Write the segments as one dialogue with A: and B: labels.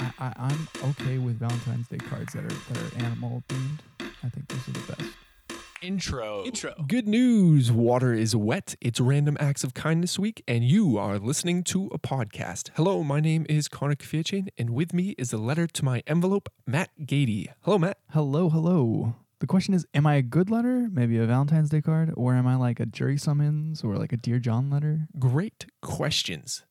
A: I, I'm okay with Valentine's Day cards that are that are animal themed. I think those are the best.
B: Intro.
C: Intro.
D: Good news. Water is wet. It's Random Acts of Kindness Week, and you are listening to a podcast. Hello, my name is Connor Kafirchin, and with me is the letter to my envelope, Matt Gady. Hello, Matt.
A: Hello, hello. The question is, am I a good letter, maybe a Valentine's Day card, or am I like a jury summons or like a Dear John letter?
D: Great questions.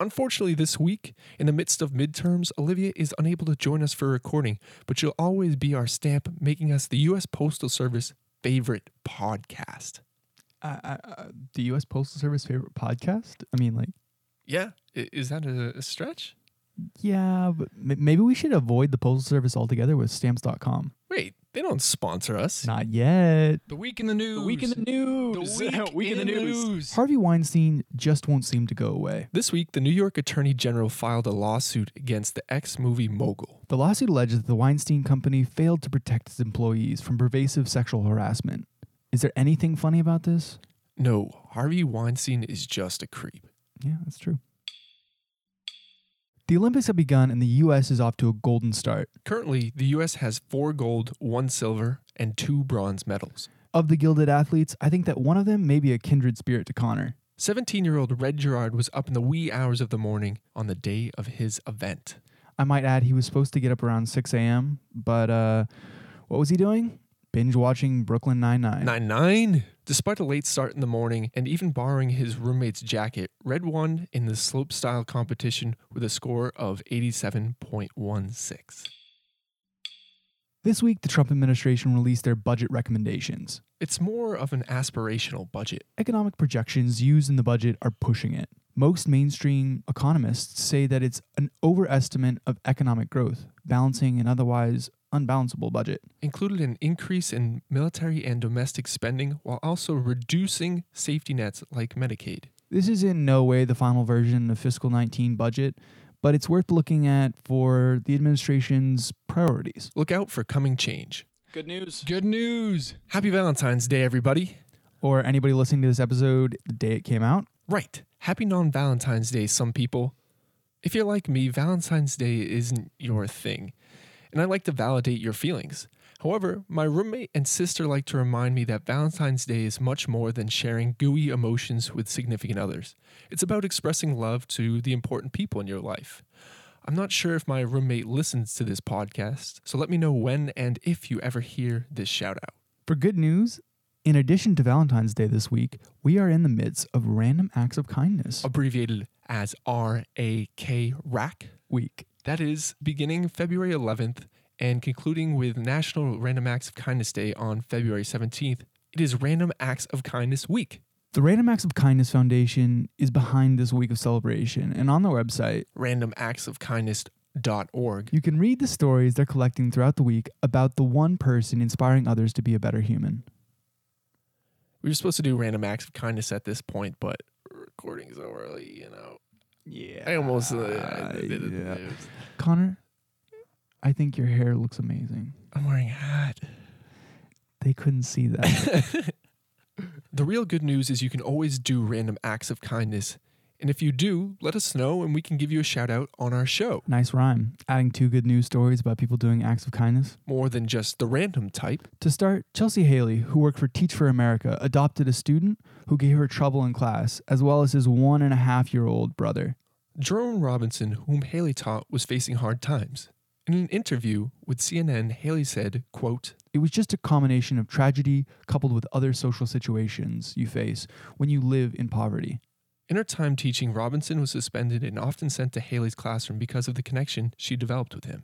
D: Unfortunately, this week, in the midst of midterms, Olivia is unable to join us for recording, but she'll always be our stamp, making us the U.S. Postal Service favorite podcast.
A: Uh, uh, uh, the U.S. Postal Service favorite podcast? I mean, like,
D: Yeah, i- is that a a stretch?
A: yeah, but m- maybe we should avoid the Postal Service altogether with stamps.com.
D: Wait, they don't sponsor us.
A: Not yet.
B: The week in the news.
C: The week in the news.
B: The
C: Week in the news.
A: Harvey Weinstein just won't seem to go away.
D: This week, the New York Attorney General filed a lawsuit against the ex movie mogul.
A: The lawsuit alleges that the Weinstein Company failed to protect its employees from pervasive sexual harassment. Is there anything funny about this?
D: No, Harvey Weinstein is just a creep.
A: Yeah, that's true. The Olympics have begun and the U.S. is off to a golden start.
D: Currently, the U.S. has four gold, one silver, and two bronze medals.
A: Of the gilded athletes, I think that one of them may be a kindred spirit to Connor.
D: 17 year old Red Gerard was up in the wee hours of the morning on the day of his event.
A: I might add he was supposed to get up around 6 a.m., but uh, what was he doing? Binge watching Brooklyn Nine-Nine.
D: 9 9? Despite a late start in the morning and even borrowing his roommate's jacket, Red won in the slopestyle competition with a score of 87.16.
A: This week, the Trump administration released their budget recommendations.
D: It's more of an aspirational budget.
A: Economic projections used in the budget are pushing it. Most mainstream economists say that it's an overestimate of economic growth, balancing an otherwise unbalanceable budget.
D: included an increase in military and domestic spending while also reducing safety nets like Medicaid.
A: This is in no way the final version of fiscal 19 budget, but it's worth looking at for the administration's priorities.
D: Look out for coming change.
C: Good news.
B: Good news.
D: Happy Valentine's Day, everybody.
A: Or anybody listening to this episode the day it came out,
D: Right. Happy non Valentine's Day, some people. If you're like me, Valentine's Day isn't your thing, and I like to validate your feelings. However, my roommate and sister like to remind me that Valentine's Day is much more than sharing gooey emotions with significant others. It's about expressing love to the important people in your life. I'm not sure if my roommate listens to this podcast, so let me know when and if you ever hear this shout out.
A: For good news, in addition to Valentine's Day this week, we are in the midst of Random Acts of Kindness
D: Abbreviated as RAK, RAC.
A: Week.
D: That is beginning February 11th and concluding with National Random Acts of Kindness Day on February 17th. It is Random Acts of Kindness Week.
A: The Random Acts of Kindness Foundation is behind this week of celebration, and on their website,
D: randomactsofkindness.org.
A: you can read the stories they're collecting throughout the week about the one person inspiring others to be a better human.
D: We were supposed to do Random Acts of Kindness at this point, but recording so early, you know.
A: Yeah.
D: I almost. Uh,
A: Ah, yeah. Connor, I think your hair looks amazing.
D: I'm wearing a hat.
A: They couldn't see that.
D: The real good news is you can always do random acts of kindness. And if you do, let us know and we can give you a shout out on our show.
A: nice rhyme. Adding two good news stories about people doing acts of kindness.
D: More than just the random type.
A: To start, Chelsea Haley, who worked for Teach for America, adopted a student who gave her trouble in class, as well as his one and a half year old brother.
D: Jerome Robinson, whom Haley taught, was facing hard times. In an interview with CNN, Haley said, quote,
A: It was just a combination of tragedy coupled with other social situations you face when you live in poverty.
D: In her time teaching, Robinson was suspended and often sent to Haley's classroom because of the connection she developed with him.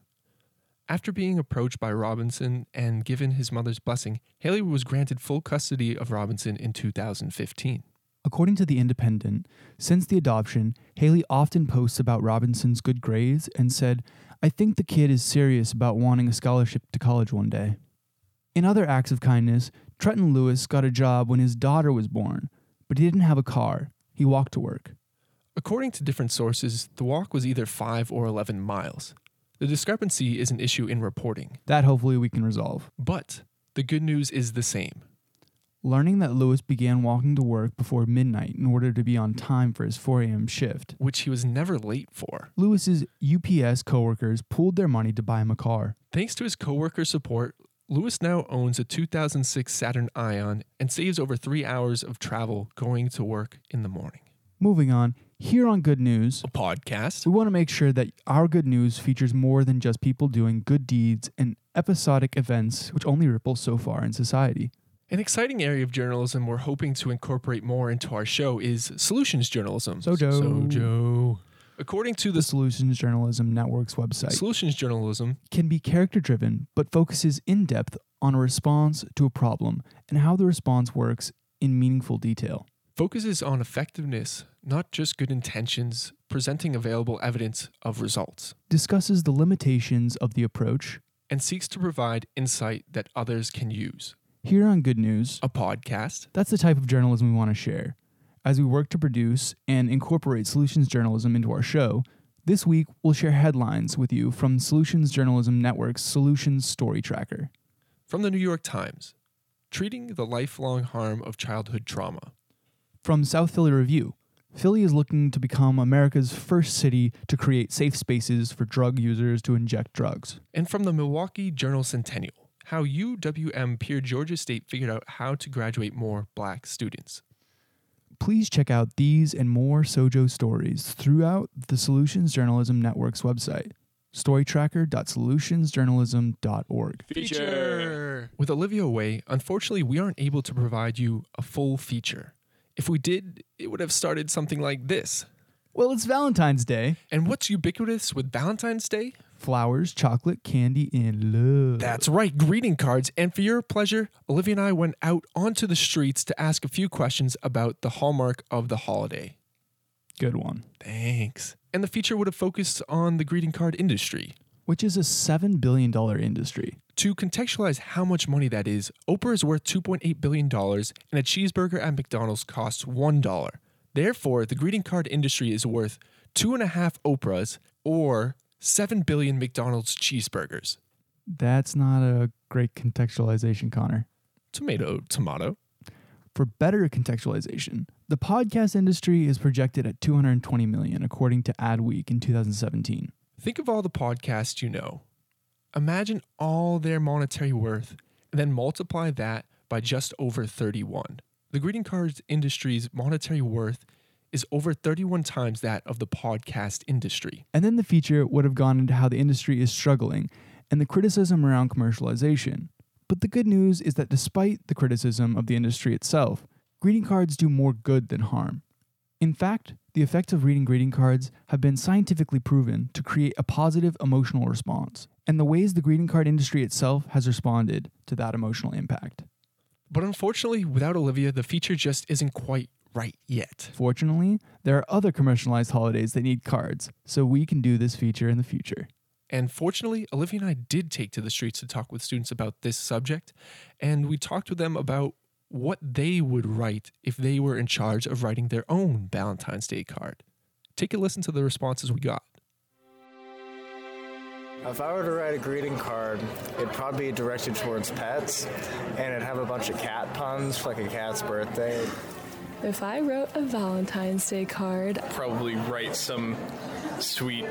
D: After being approached by Robinson and given his mother's blessing, Haley was granted full custody of Robinson in 2015.
A: According to The Independent, since the adoption, Haley often posts about Robinson's good grades and said, I think the kid is serious about wanting a scholarship to college one day. In other acts of kindness, Trenton Lewis got a job when his daughter was born, but he didn't have a car. He walked to work.
D: According to different sources, the walk was either 5 or 11 miles. The discrepancy is an issue in reporting,
A: That hopefully we can resolve.
D: but the good news is the same.
A: learning that Lewis began walking to work before midnight in order to be on time for his 4 a.m. shift.
D: which he was never late for.
A: Lewis's UPS coworkers pooled their money to buy him a car.
D: Thanks to his coworkers' support, Lewis now owns a 2006 Saturn Ion and saves over three hours of travel going to work in the morning.
A: Moving on, here on Good News,
D: A podcast?
A: We want to make sure that our good news features more than just people doing good deeds and episodic events which only ripple so far in society.
D: An exciting area of journalism we're hoping to incorporate more into our show is solutions journalism.
A: Sojo.
D: Sojo. According to
A: The
D: the
A: Solutions Journalism Network's website
D: solutions journalism,
A: can be character driven but focuses in depth on a response to a problem and how the response works in meaningful detail.
D: focuses on effectiveness, not just good intentions, presenting available evidence of results,
A: Discusses the limitations of the approach.
D: and seeks to provide insight that others can use.
A: Here on Good News,
D: A podcast?
A: that's the type of journalism we want to share. As we work to produce and incorporate solutions journalism into our show, this week we'll share headlines with you from Solutions Journalism Network's Solutions Story Tracker.
D: From the New York Times Treating the lifelong harm of childhood trauma.
A: From South Philly Review, Philly is looking to become America's first city to create safe spaces for drug users to inject drugs.
D: And from the Milwaukee Journal Centennial How UWM Pierre Georgia State figured out how to graduate more black students.
A: Please check out these and more Sojo stories throughout the Solutions Journalism Network's website, storytracker.solutionsjournalism.org.
C: Feature.
D: With Olivia away, unfortunately, we aren't able to provide you a full feature. If we did, it would have started something like this.
A: Well, it's Valentine's Day.
D: And what's ubiquitous with Valentine's Day?
A: flowers, chocolate, candy, and love.
D: That's right, greeting cards. And for your pleasure, Olivia and I went out onto the streets to ask a few questions about the hallmark of the holiday.
A: good one.
D: Thanks. And the feature would have focused on the greeting card industry.
A: Which is a $7 billion industry.
D: To contextualize how much money that is, Oprah is worth $2.8 billion and a cheeseburger at McDonald's costs $1. Therefore, the greeting card industry is worth two and a half Oprahs or 7 billion McDonald's cheeseburgers.
A: That's not a great contextualization, Connor.
D: Tomato, tomato.
A: For better contextualization, the podcast industry is projected at 220 million according to Adweek in 2017.
D: Think of all the podcasts you know. Imagine all their monetary worth and then multiply that by just over 31. The greeting cards industry's monetary worth is over 31 times that of the podcast industry.
A: And then the feature would have gone into how the industry is struggling and the criticism around commercialization. But the good news is that despite the criticism of the industry itself, greeting cards do more good than harm. In fact, the effects of reading greeting cards have been scientifically proven to create a positive emotional response, and the ways the greeting card industry itself has responded to that emotional impact.
D: But unfortunately, without Olivia, the feature just isn't quite right yet.
A: Fortunately, there are other commercialized holidays that need cards, so we can do this feature in the future.
D: And fortunately, Olivia and I did take to the streets to talk with students about this subject, and we talked with them about what they would write if they were in charge of writing their own Valentine's Day card. Take a listen to the responses we got.
E: If I were to write a greeting card, it'd probably be directed towards pets, and it'd have a bunch of cat puns, for, like a cat's birthday.
F: If I wrote a Valentine's Day card,
G: probably write some sweet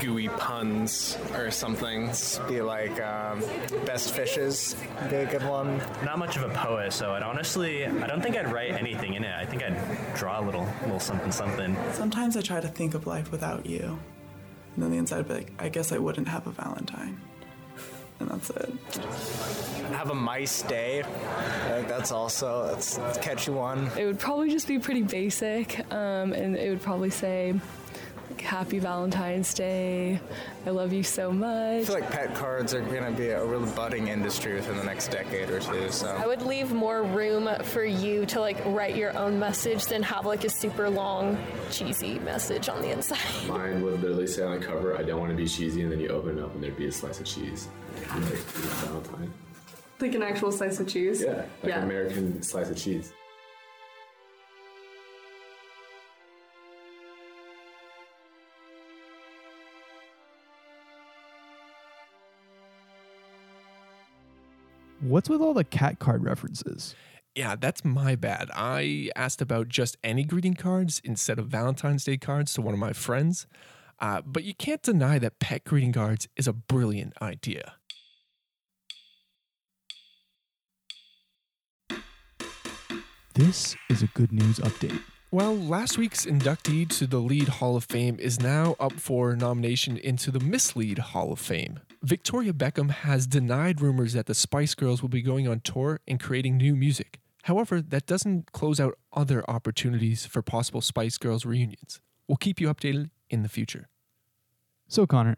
G: gooey puns or something.
E: Be like um, best fishes, be a good one.
H: not much of a poet, so I'd honestly, I don't think I'd write anything in it. I think I'd draw a little, little something, something.
I: Sometimes I try to think of life without you. And then the inside would be like, I guess I wouldn't have a Valentine. And that's it.
E: Have a mice day. Like that's also that's a catchy one.
F: it would probably just be pretty basic, um, and it would probably say, like, Happy Valentine's Day, I love you so
E: I
F: much.
E: feel like pet cards are going to be a really budding industry within the next decade or two.
J: I
E: So
J: would leave more room for you to like write your own message than have like a super long, cheesy message on the inside.
G: Mine would literally say on the cover, I don't want to be cheesy, and then you open it up and there'd be a slice of cheese. Like, you know, Valentine.
J: Like an actual slice of cheese.
G: Yeah, like American slice of cheese.
A: What's with all the cat card references?
D: yeah, that's my bad. I asked about just any greeting cards instead of Valentine's Day cards to one of my friends. Uh, but you can't deny that pet greeting cards is a brilliant idea.
A: This is a good news update.
D: Well, last week's inductee to the Lead Hall of Fame is now up for nomination into the Mislead Hall of Fame. Victoria Beckham has denied rumors that the Spice Girls will be going on tour and creating new music. However, that doesn't close out other opportunities for possible Spice Girls reunions. We'll keep you updated in the future.
A: So, Connor,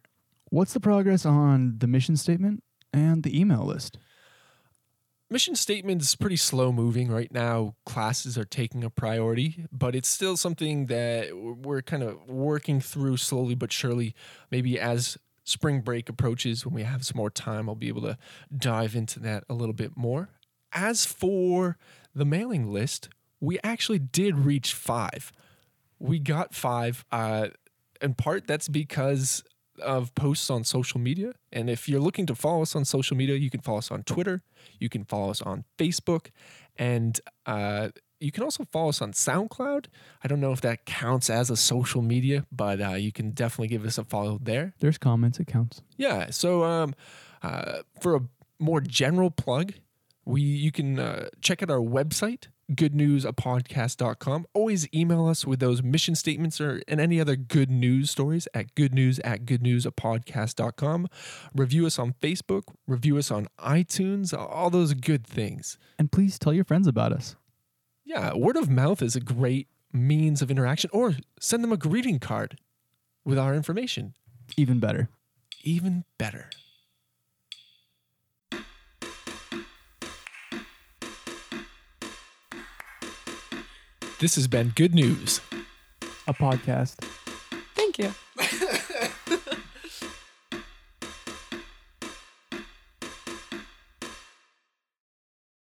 A: what's the progress on the mission statement and the email list?
D: Mission statement's pretty slow moving right now. Classes are taking a priority, but it's still something that we're kind of working through slowly but surely. Maybe as spring break approaches, when we have some more time, I'll be able to dive into that a little bit more. As for the mailing list, we actually did reach five. We got five. Uh, in part, that's because of posts on social media. And if you're looking to follow us on social media, you can follow us on Twitter, you can follow us on Facebook, and uh, you can also follow us on SoundCloud. I don't know if that counts as a social media, but uh, you can definitely give us a follow there.
A: There's comments, it counts.
D: Yeah. So um, uh, for a more general plug, we you can uh, check out our website goodnewsapodcast.com always email us with those mission statements or and any other good news stories at good news at goodnewsapodcast.com review us on facebook review us on itunes all those good things
A: And please tell your friends about us.
D: yeah word of mouth is a great means of interaction or send them a greeting card with our information
A: Even better.
D: even better This has been good news.
A: A podcast.
F: Thank you.